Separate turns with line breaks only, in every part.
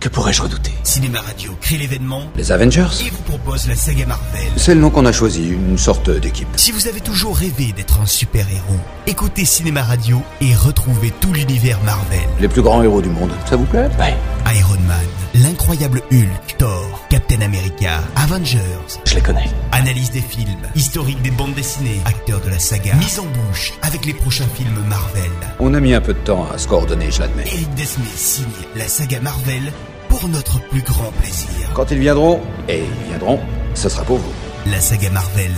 Que pourrais-je redouter
Cinéma Radio crée l'événement
Les Avengers
et vous propose la saga Marvel.
C'est le nom qu'on a choisi, une sorte d'équipe.
Si vous avez toujours rêvé d'être un super-héros, écoutez Cinéma Radio et retrouvez tout l'univers Marvel.
Les plus grands héros du monde. Ça vous plaît Ouais.
Iron Man, l'incroyable Hulk, Thor, Captain America, Avengers.
Je les connais.
Analyse des films, historique des bandes dessinées, acteurs de la saga, mise en bouche avec les prochains films Marvel.
On a mis un peu de temps à se coordonner, je l'admets.
Eric Desmé signe la saga Marvel pour notre plus grand plaisir.
Quand ils viendront, et ils viendront, ce sera pour vous.
La saga Marvel,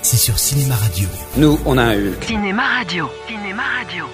c'est sur Cinéma Radio.
Nous, on a un Hulk.
Cinéma Radio. Cinéma Radio.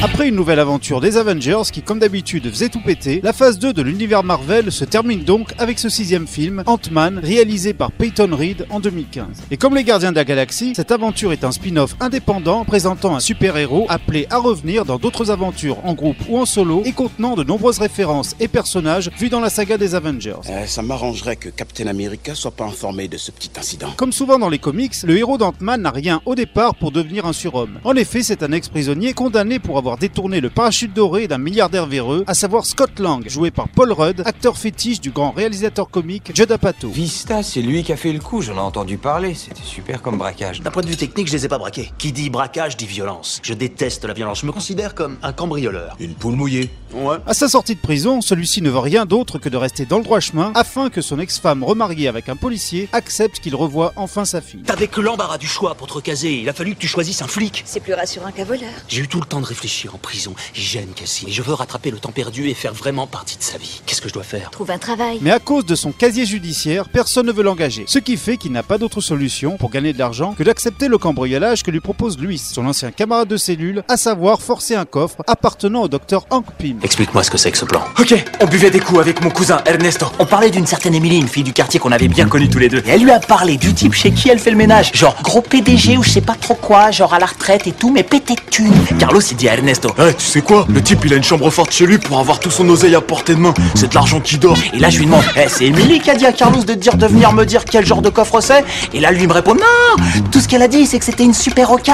Après une nouvelle aventure des Avengers qui, comme d'habitude, faisait tout péter, la phase 2 de l'univers Marvel se termine donc avec ce sixième film, Ant-Man, réalisé par Peyton Reed en 2015. Et comme les Gardiens de la Galaxie, cette aventure est un spin-off indépendant présentant un super-héros appelé à revenir dans d'autres aventures en groupe ou en solo et contenant de nombreuses références et personnages vus dans la saga des Avengers.
Euh, ça m'arrangerait que Captain America soit pas informé de ce petit incident.
Comme souvent dans les comics, le héros d'Ant-Man n'a rien au départ pour devenir un surhomme. En effet, c'est un ex-prisonnier condamné pour avoir détourné le parachute doré d'un milliardaire véreux, à savoir Scott Lang, joué par Paul Rudd, acteur fétiche du grand réalisateur comique Judd Apatow.
Vista, c'est lui qui a fait le coup, j'en ai entendu parler, c'était super comme braquage.
D'un point de vue technique, je les ai pas braqués. Qui dit braquage dit violence. Je déteste la violence. Je me considère comme un cambrioleur.
Une poule mouillée.
Ouais.
À sa sortie de prison, celui-ci ne veut rien d'autre que de rester dans le droit chemin afin que son ex-femme remariée avec un policier accepte qu'il revoie enfin sa fille.
T'avais que l'embarras du choix pour te recaser. Il a fallu que tu choisisses un flic.
C'est plus rassurant qu'un voleur.
J'ai eu tout le temps de réfléchir en prison. J'aime Cassie. et Je veux rattraper le temps perdu et faire vraiment partie de sa vie. Qu'est-ce que je dois faire
Trouve un travail.
Mais à cause de son casier judiciaire, personne ne veut l'engager. Ce qui fait qu'il n'a pas d'autre solution pour gagner de l'argent que d'accepter le cambriolage que lui propose Luis, son ancien camarade de cellule, à savoir forcer un coffre appartenant au docteur Hank Pym.
Explique-moi ce que c'est que ce plan.
Ok, on buvait des coups avec mon cousin Ernesto.
On parlait d'une certaine Émilie, une fille du quartier qu'on avait bien connue tous les deux. Et elle lui a parlé du type chez qui elle fait le ménage. Genre gros PDG ou je sais pas trop quoi, genre à la retraite et tout, mais pété de thunes. Carlos il dit à Ernesto.
Eh, tu sais quoi Le type, il a une chambre forte chez lui pour avoir tout son oseille à portée de main. C'est de l'argent qui dort.
Et là je lui demande, Eh, c'est Émilie qui a dit à Carlos de dire de venir me dire quel genre de coffre c'est. Et là lui me répond, non Tout ce qu'elle a dit c'est que c'était une super occasion.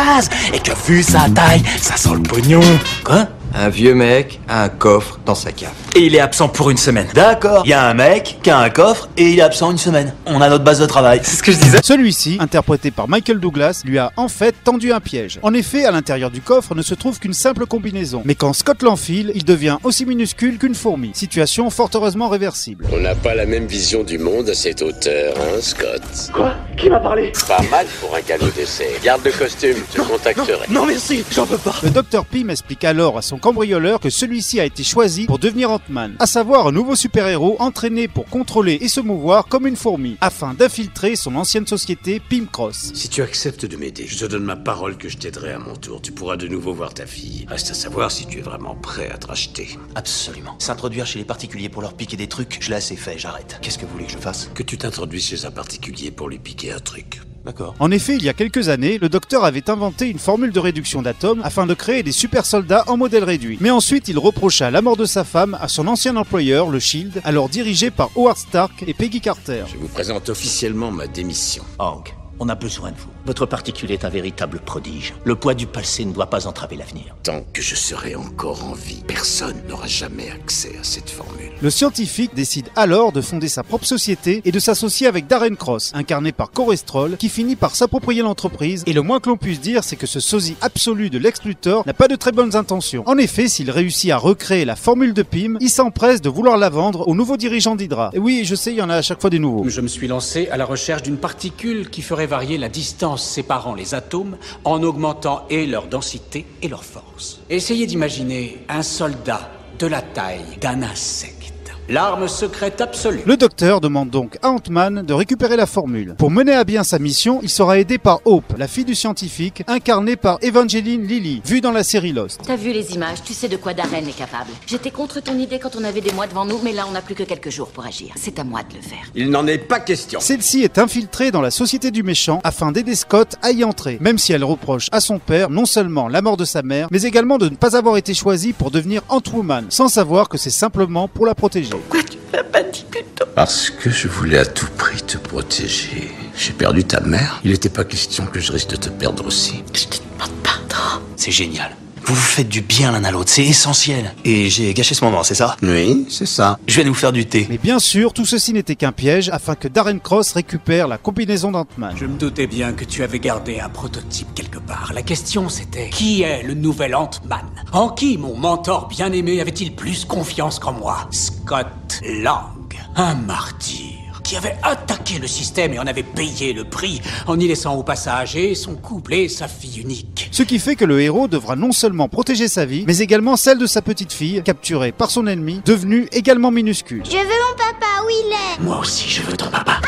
Et que vu sa taille, ça sent le pognon. Quoi
Un vieux mec a un coffre dans sa cave.
Et il est absent pour une semaine. D'accord. Il y a un mec qui a un coffre et il est absent une semaine. On a notre base de travail. C'est ce que je disais.
Celui-ci, interprété par Michael Douglas, lui a en fait tendu un piège. En effet, à l'intérieur du coffre ne se trouve qu'une simple combinaison. Mais quand Scott l'enfile, il devient aussi minuscule qu'une fourmi. Situation fort heureusement réversible.
On n'a pas la même vision du monde à cette hauteur, hein, Scott
Quoi Qui m'a parlé
Pas mal pour un cadeau d'essai. Garde le costume, je te contacterai.
Non merci, j'en peux pas.
Le docteur Pym explique alors à son cambrioleur que celui-ci a été choisi pour devenir Ant-Man, à savoir un nouveau super-héros entraîné pour contrôler et se mouvoir comme une fourmi, afin d'infiltrer son ancienne société Pym Cross.
Si tu acceptes de m'aider, je te donne ma parole que je t'aiderai à mon tour. Tu pourras de nouveau voir ta fille. Reste à savoir si tu es vraiment prêt à te racheter.
Absolument. S'introduire chez les particuliers pour leur piquer des trucs, je l'ai assez fait, j'arrête. Qu'est-ce que vous voulez que je fasse
Que tu t'introduises chez un particulier pour lui piquer un truc.
D'accord.
En effet, il y a quelques années, le docteur avait inventé une formule de réduction d'atomes afin de créer des super soldats en modèle réduit. Mais ensuite, il reprocha la mort de sa femme à son ancien employeur, le Shield, alors dirigé par Howard Stark et Peggy Carter.
Je vous présente officiellement ma démission.
Hank, on a besoin de vous. Votre particulier est un véritable prodige. Le poids du passé ne doit pas entraver l'avenir.
Tant que je serai encore en vie, personne n'aura jamais accès à cette formule.
Le scientifique décide alors de fonder sa propre société et de s'associer avec Darren Cross, incarné par Corestrol, qui finit par s'approprier l'entreprise. Et le moins que l'on puisse dire, c'est que ce sosie absolu de Lex Luthor n'a pas de très bonnes intentions. En effet, s'il réussit à recréer la formule de Pym, il s'empresse de vouloir la vendre aux nouveaux dirigeants d'Hydra. Et oui, je sais, il y en a à chaque fois des nouveaux.
Je me suis lancé à la recherche d'une particule qui ferait varier la distance séparant les atomes en augmentant et leur densité et leur force. Essayez d'imaginer un soldat de la taille d'un insecte. L'arme secrète absolue.
Le docteur demande donc à Ant-Man de récupérer la formule. Pour mener à bien sa mission, il sera aidé par Hope, la fille du scientifique, incarnée par Evangeline Lilly, vue dans la série Lost.
T'as vu les images, tu sais de quoi Darren est capable. J'étais contre ton idée quand on avait des mois devant nous, mais là on n'a plus que quelques jours pour agir. C'est à moi de le faire.
Il n'en est pas question.
Celle-ci est infiltrée dans la société du méchant afin d'aider Scott à y entrer, même si elle reproche à son père non seulement la mort de sa mère, mais également de ne pas avoir été choisi pour devenir Ant-Woman, sans savoir que c'est simplement pour la protéger.
Pourquoi tu m'as pas dit plus tôt
Parce que je voulais à tout prix te protéger. J'ai perdu ta mère. Il n'était pas question que je risque de te perdre aussi.
Je te demande pardon.
C'est génial.
Vous vous faites du bien l'un à l'autre, c'est essentiel. Et j'ai gâché ce moment, c'est ça
Oui, c'est ça.
Je viens de vous faire du thé.
Mais bien sûr, tout ceci n'était qu'un piège afin que Darren Cross récupère la combinaison d'Ant-Man.
Je me doutais bien que tu avais gardé un prototype quelque part. La question c'était qui est le nouvel Ant-Man En qui mon mentor bien-aimé avait-il plus confiance qu'en moi Scott Lang, un martyr qui avait attaqué le système et en avait payé le prix en y laissant au passage et son couple et sa fille unique.
Ce qui fait que le héros devra non seulement protéger sa vie, mais également celle de sa petite fille, capturée par son ennemi, devenue également minuscule.
Je veux mon papa où il est.
Moi aussi, je veux ton papa.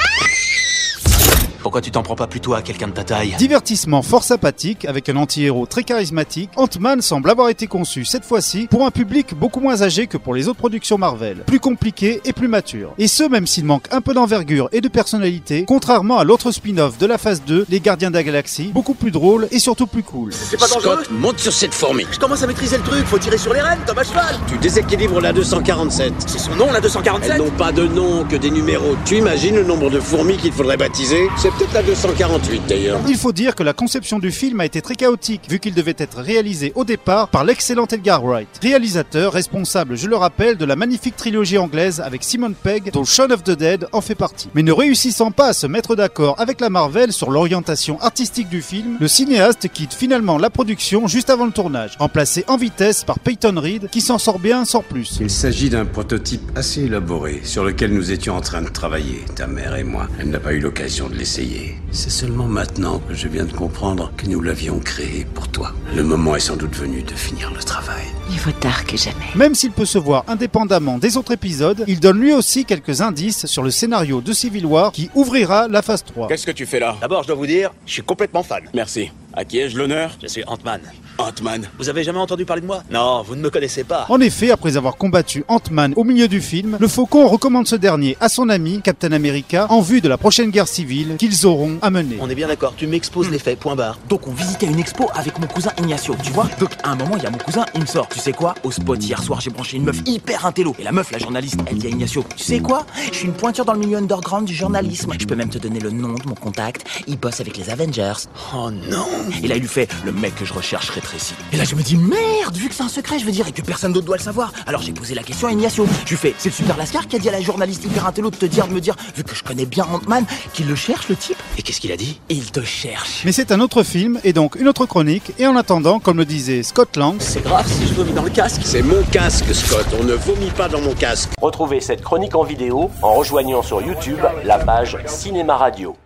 Pourquoi tu t'en prends pas plutôt à quelqu'un de ta taille
Divertissement fort sympathique, avec un anti-héros très charismatique, Ant-Man semble avoir été conçu cette fois-ci pour un public beaucoup moins âgé que pour les autres productions Marvel, plus compliqué et plus mature. Et ce, même s'il manque un peu d'envergure et de personnalité, contrairement à l'autre spin-off de la phase 2, Les Gardiens de la Galaxie, beaucoup plus drôle et surtout plus cool.
C'est pas dangereux Scott, monte sur cette fourmi.
Je commence à maîtriser le truc, faut tirer sur les rênes comme à cheval.
Tu déséquilibres la 247.
C'est son nom, la 247
Elles n'ont pas de nom, que des numéros. Tu imagines le nombre de fourmis qu'il faudrait baptiser C'est peut-être la 248 d'ailleurs.
Il faut dire que la conception du film a été très chaotique, vu qu'il devait être réalisé au départ par l'excellent Edgar Wright, réalisateur responsable, je le rappelle, de la magnifique trilogie anglaise avec Simon Pegg, dont Shaun of the Dead en fait partie. Mais ne réussissant pas à se mettre d'accord avec la Marvel sur l'orientation artistique du film, le cinéaste quitte finalement la production juste avant le tournage, remplacé en vitesse par Peyton Reed, qui s'en sort bien sans plus.
Il s'agit d'un prototype assez élaboré sur lequel nous étions en train de travailler, ta mère et moi. Elle n'a pas eu l'occasion de l'essayer. C'est seulement maintenant que je viens de comprendre que nous l'avions créé pour toi. Le moment est sans doute venu de finir le travail.
Mieux vaut tard que jamais.
Même s'il peut se voir indépendamment des autres épisodes, il donne lui aussi quelques indices sur le scénario de Civil War qui ouvrira la phase 3.
Qu'est-ce que tu fais là
D'abord, je dois vous dire, je suis complètement fan.
Merci. À qui ai-je l'honneur
Je suis Ant-Man.
Ant-Man.
Vous avez jamais entendu parler de moi Non, vous ne me connaissez pas.
En effet, après avoir combattu Ant-Man au milieu du film, le faucon recommande ce dernier à son ami Captain America en vue de la prochaine guerre civile qu'ils auront à mener.
On est bien d'accord, tu m'exposes les faits, point barre.
Hmm. Donc on visitait une expo avec mon cousin Ignacio, tu vois Donc à un moment, il y a mon cousin, il me sort. Tu sais quoi Au spot hier soir, j'ai branché une meuf hyper intello. Et la meuf, la journaliste, elle dit à Ignacio, tu sais quoi Je suis une pointure dans le milieu underground du journalisme. Je peux même te donner le nom de mon contact. Il bosse avec les Avengers.
Oh non
Et là, il lui fait, le mec que je recherche rétrécit. Et là, je me dis, merde, vu que c'est un secret, je veux dire, et que personne d'autre doit le savoir. Alors j'ai posé la question à Ignacio. Je lui fais, c'est le super Lascar qui a dit à la journaliste hyper intello de te dire, de me dire, vu que je connais bien Ant-Man, qu'il le cherche, le type.
Et qu'est-ce qu'il a dit
Il te cherche.
Mais c'est un autre film et donc une autre chronique. Et en attendant, comme le disait Scott Lang,
C'est grave si je vomis dans le casque.
C'est mon casque, Scott. On ne vomit pas dans mon casque.
Retrouvez cette chronique en vidéo en rejoignant sur YouTube la page Cinéma Radio.